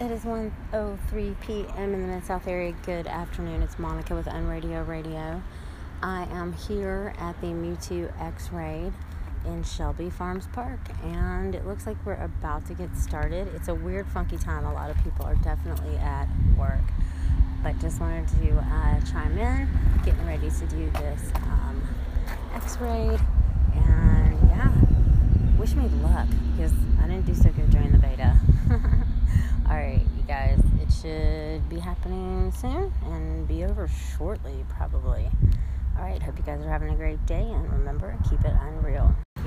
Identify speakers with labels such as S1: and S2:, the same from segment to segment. S1: It is 1.03 p.m. in the Mid-South area. Good afternoon. It's Monica with Unradio Radio. I am here at the Mewtwo X-Ray in Shelby Farms Park, and it looks like we're about to get started. It's a weird, funky time. A lot of people are definitely at work, but just wanted to uh, chime in, getting ready to do this um, X-Ray, and yeah, wish me luck because I didn't do so good during the beta. All right, you guys, it should be happening soon and be over shortly, probably. All right, hope you guys are having a great day and remember, keep it unreal. So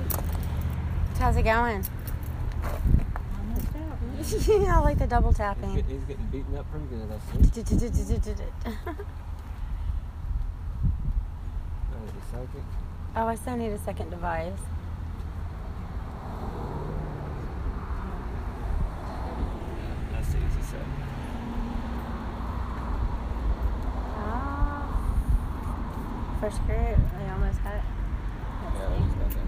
S1: how's it going?
S2: Almost out.
S1: I like the double
S2: He's,
S1: tapping.
S2: get, he's getting beaten up pretty good. I see.
S1: oh,
S2: Oh, the psychic.
S1: Oh, I still need a second device.
S2: I see. It's a psychic.
S1: Ah. First group, I almost had it. Let's
S2: Yeah, he's got that.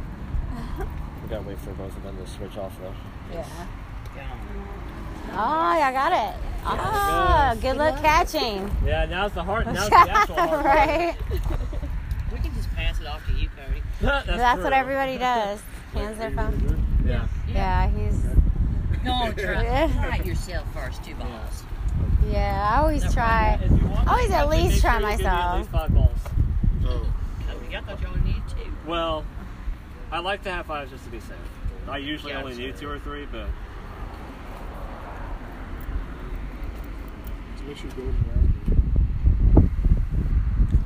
S2: We gotta wait for both of them to switch off though.
S1: see. Yeah. Oh, yeah, I got it. Ah,
S2: Yes.
S1: good luck catching.
S2: Yeah, now's the heart. Now's the actual heart.
S1: right?
S3: We can just pass it off to you, Cody.
S2: that's
S1: That's what
S2: true.
S1: everybody does. Hands their phone.
S2: Yeah.
S1: Yeah, he's.
S3: No, try,
S1: Yeah.
S3: try it yourself first, two balls.
S1: Yeah, I always try.
S2: If you want,
S1: I always
S2: you have
S1: at
S2: to
S1: least
S2: make
S1: try
S2: sure you give me At
S1: myself.
S2: least five balls.
S3: I, mean, I thought you only needed two.
S2: Well, I like to have fives just to be safe. I usually
S3: Yeah,
S2: only
S3: sure.
S2: need two or three, but
S4: Make sure you go around.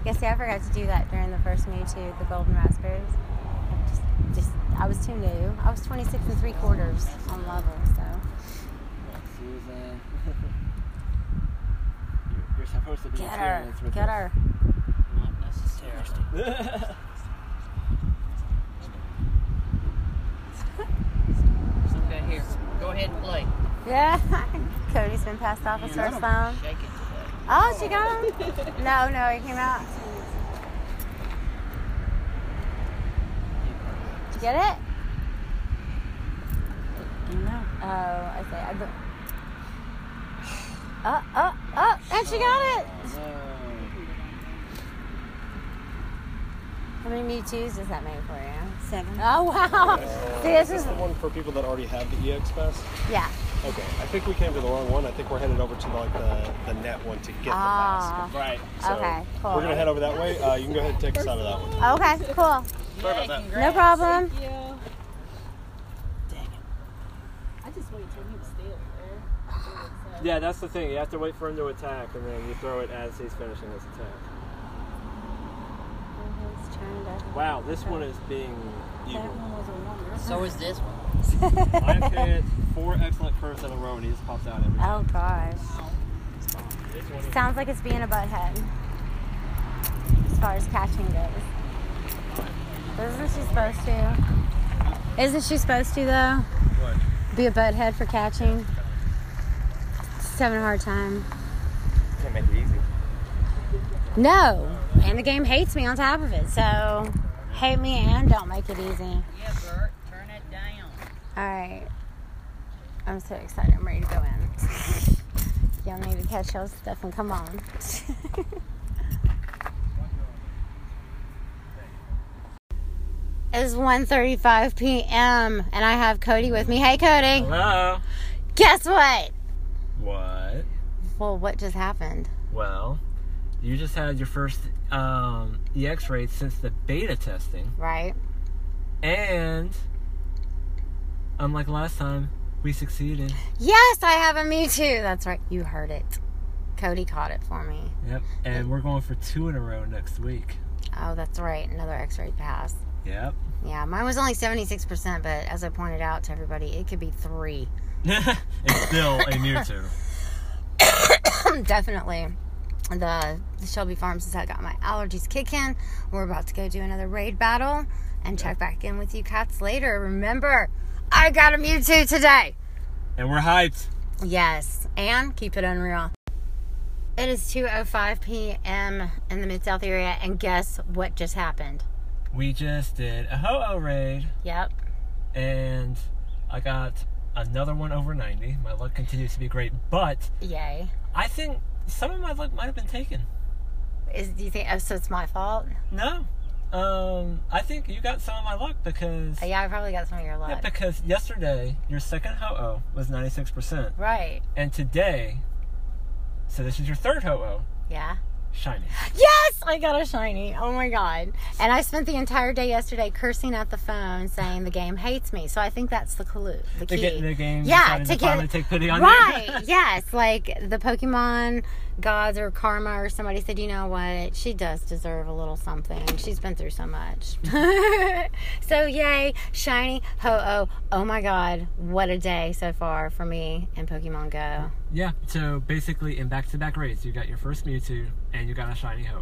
S1: Yeah, see, I forgot to do that during the first Mewtwo, the Golden Raspberries. I Just, just, I was too new. I was 26 and three quarters on level, so.
S2: Susan. You're- You're supposed to be
S1: Get
S2: two
S1: her.
S2: minutes with
S1: Get
S2: us.
S1: her.
S3: Not necessarily. So go here. Go ahead and play.
S1: Yeah. Cody's been passed off as her phone.
S3: Shake it today.
S1: Oh, she got him? No, no, he came out. Did you get it? No. Oh, I see. I bu- Oh, oh, oh, and she got it. How many Mewtwo's does that make for you? Seven. Oh, wow. See, this
S4: This
S1: is,
S4: is the one for people that already have the EX Pass.
S1: yeah.
S4: Okay, I think we came to the wrong one. I think we're headed over to like the, the net one to get the
S1: Ah,
S4: pass.
S2: Right.
S4: So
S1: okay, cool.
S4: We're gonna head over that way. Uh, you can go ahead and take us out of that one.
S1: Ah. Okay, cool.
S4: Sorry about that.
S1: No problem.
S5: I just wait till he was still there.
S2: Yeah, that's the thing. You have to wait for him to attack, and then you throw it as he's finishing his attack.
S1: He's trying to-
S2: Wow, this one is being
S5: That
S2: evil.
S5: one was a wonder.
S3: So is this one.
S2: I've hit four excellent curves in a row, and he just pops out every time.
S1: Oh gosh.
S2: This one is-
S1: Sounds like it's being a butthead. As far as catching goes. Isn't she supposed to? Isn't she supposed to though?
S2: What?
S1: Be a butthead for catching? She's having a hard time.
S2: Can't make it easy.
S1: No. And the game hates me on top of it, so hate me and don't make it easy.
S3: Yeah, Bert, turn it down.
S1: Alright. I'm so excited. I'm ready to go in. Y'all need to catch y'all stuff and come on. it's 1.35 p.m. and I have Cody with me. Hey, Cody.
S2: Hello.
S1: Guess what?
S2: What?
S1: Well, what just happened?
S2: Well, you just had your first um, EX rate since the beta testing,
S1: Right?
S2: and unlike last time, we succeeded.
S1: Yes, I have a Mewtwo. That's right. You heard it. Cody caught it for me.
S2: Yep. And we're going for two in a row next week.
S1: Oh, that's right. Another x-ray pass.
S2: Yep.
S1: Yeah, mine was only 76%, but as I pointed out to everybody, it could be three.
S2: it's still a Mewtwo.
S1: Definitely. The, the Shelby Farms is how I got my allergies kicking. We're about to go do another raid battle and check back in with you cats later. Remember, I got a Mewtwo today.
S2: And we're hyped.
S1: Yes, and keep it unreal. It is 2.05 p.m. in the Mid-South area, and guess what just happened?
S2: We just did a Ho-Oh raid,
S1: Yep.
S2: and I got another one over 90. My luck continues to be great, but
S1: Yay.
S2: I think some of my luck might have been taken.
S1: Is do you think? Oh, so it's my fault?
S2: No, um, I think you got some of my luck because
S1: Uh, Yeah, I probably got some of your luck.
S2: Yeah, because yesterday your second ho was 96%,
S1: right.
S2: and today, so this is your third ho
S1: Yeah.
S2: shiny.
S1: Yes, I got a shiny. Oh my god. And I spent the entire day yesterday cursing at the phone saying the game hates me. So I think that's the clue. The
S2: To
S1: key.
S2: get in the game,
S1: Yeah,
S2: decided
S1: to
S2: to
S1: get
S2: finally take pity on you.
S1: Right. yes, like the Pokemon gods or karma or somebody said, "You know what? She does deserve a little something. She's been through so much." so yay, shiny. Ho-oh. Oh my god, what a day so far for me in Pokemon Go.
S2: Yeah, so basically in back-to-back raids, you got your first Mewtwo and you got a shiny ho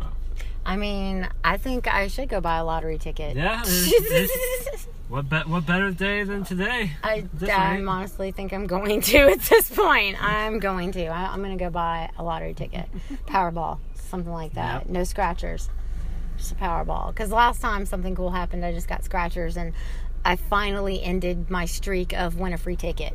S1: I mean, I think I should go buy a lottery ticket.
S2: Yeah, it's- it's- What be- what better day than today?
S1: I,
S2: This
S1: I
S2: rate?
S1: honestly think I'm going to at this point. I'm going to. I, I'm going to go buy a lottery ticket, Powerball, something like that.
S2: Yep.
S1: No scratchers, just a Powerball. Because last time something cool happened, I just got scratchers, and I finally ended my streak of win a free ticket.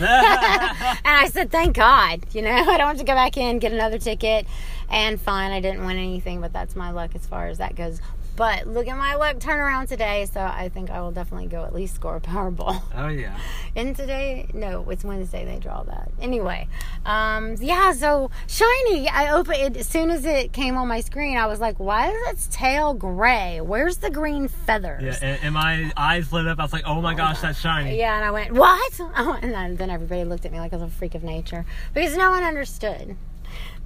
S1: and I said, thank God. You know, I don't have to go back in, get another ticket. And fine, I didn't win anything, but that's my luck as far as that goes. But look at my luck turnaround today. So I think I will definitely go at least score a Powerball.
S2: oh yeah.
S1: And today, no, it's Wednesday. They draw that anyway. Um, yeah, so shiny. I opened it as soon as it came on my screen. I was like, why is its tail gray? Where's the green feathers?
S2: Yeah, and, and my eyes lit up. I was like, "Oh my gosh, that's shiny!"
S1: Yeah, and I went, what? Oh, and then, then everybody looked at me like I was a freak of nature because no one understood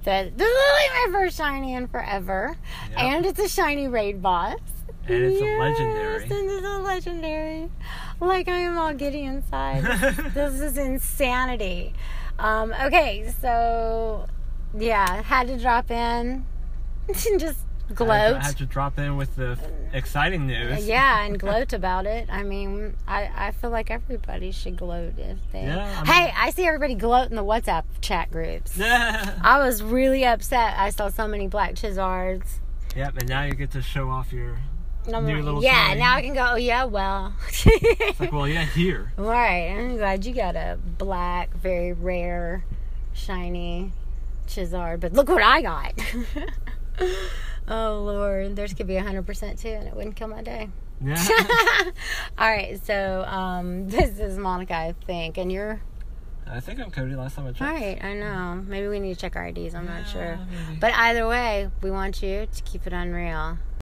S1: that this is only my first shiny in forever,
S2: Yeah.
S1: and it's a shiny raid boss.
S2: And it's
S1: yes,
S2: a legendary.
S1: And it's a legendary. Like I am all giddy inside. this is insanity. Um, okay, so yeah, had to drop in and just gloat.
S2: I had, to, I had to drop in with the exciting news.
S1: Yeah, and gloat about it. I mean, I, I feel like everybody should gloat if they.
S2: Yeah, I mean-
S1: hey, I see everybody gloat in the WhatsApp chat groups.
S2: Yeah.
S1: I was really upset. I saw so many black Chizards.
S2: yep. And now you get to show off your.
S1: And I'm
S2: New
S1: like,
S2: little
S1: yeah,
S2: sign.
S1: now I can go. Oh yeah, well.
S2: Like, well, yeah, here.
S1: right. I'm glad you got a black, very rare, shiny Chizard. But look what I got. oh Lord, there's could be a hundred percent too, and it wouldn't kill my day.
S2: Yeah.
S1: All right, so um, this is Monica, I think, and you're
S2: I think I'm Cody. Last time I checked.
S1: all right. I know. Maybe we need to check our IDs. I'm not sure,
S2: maybe.
S1: but either way, we want you to keep it unreal.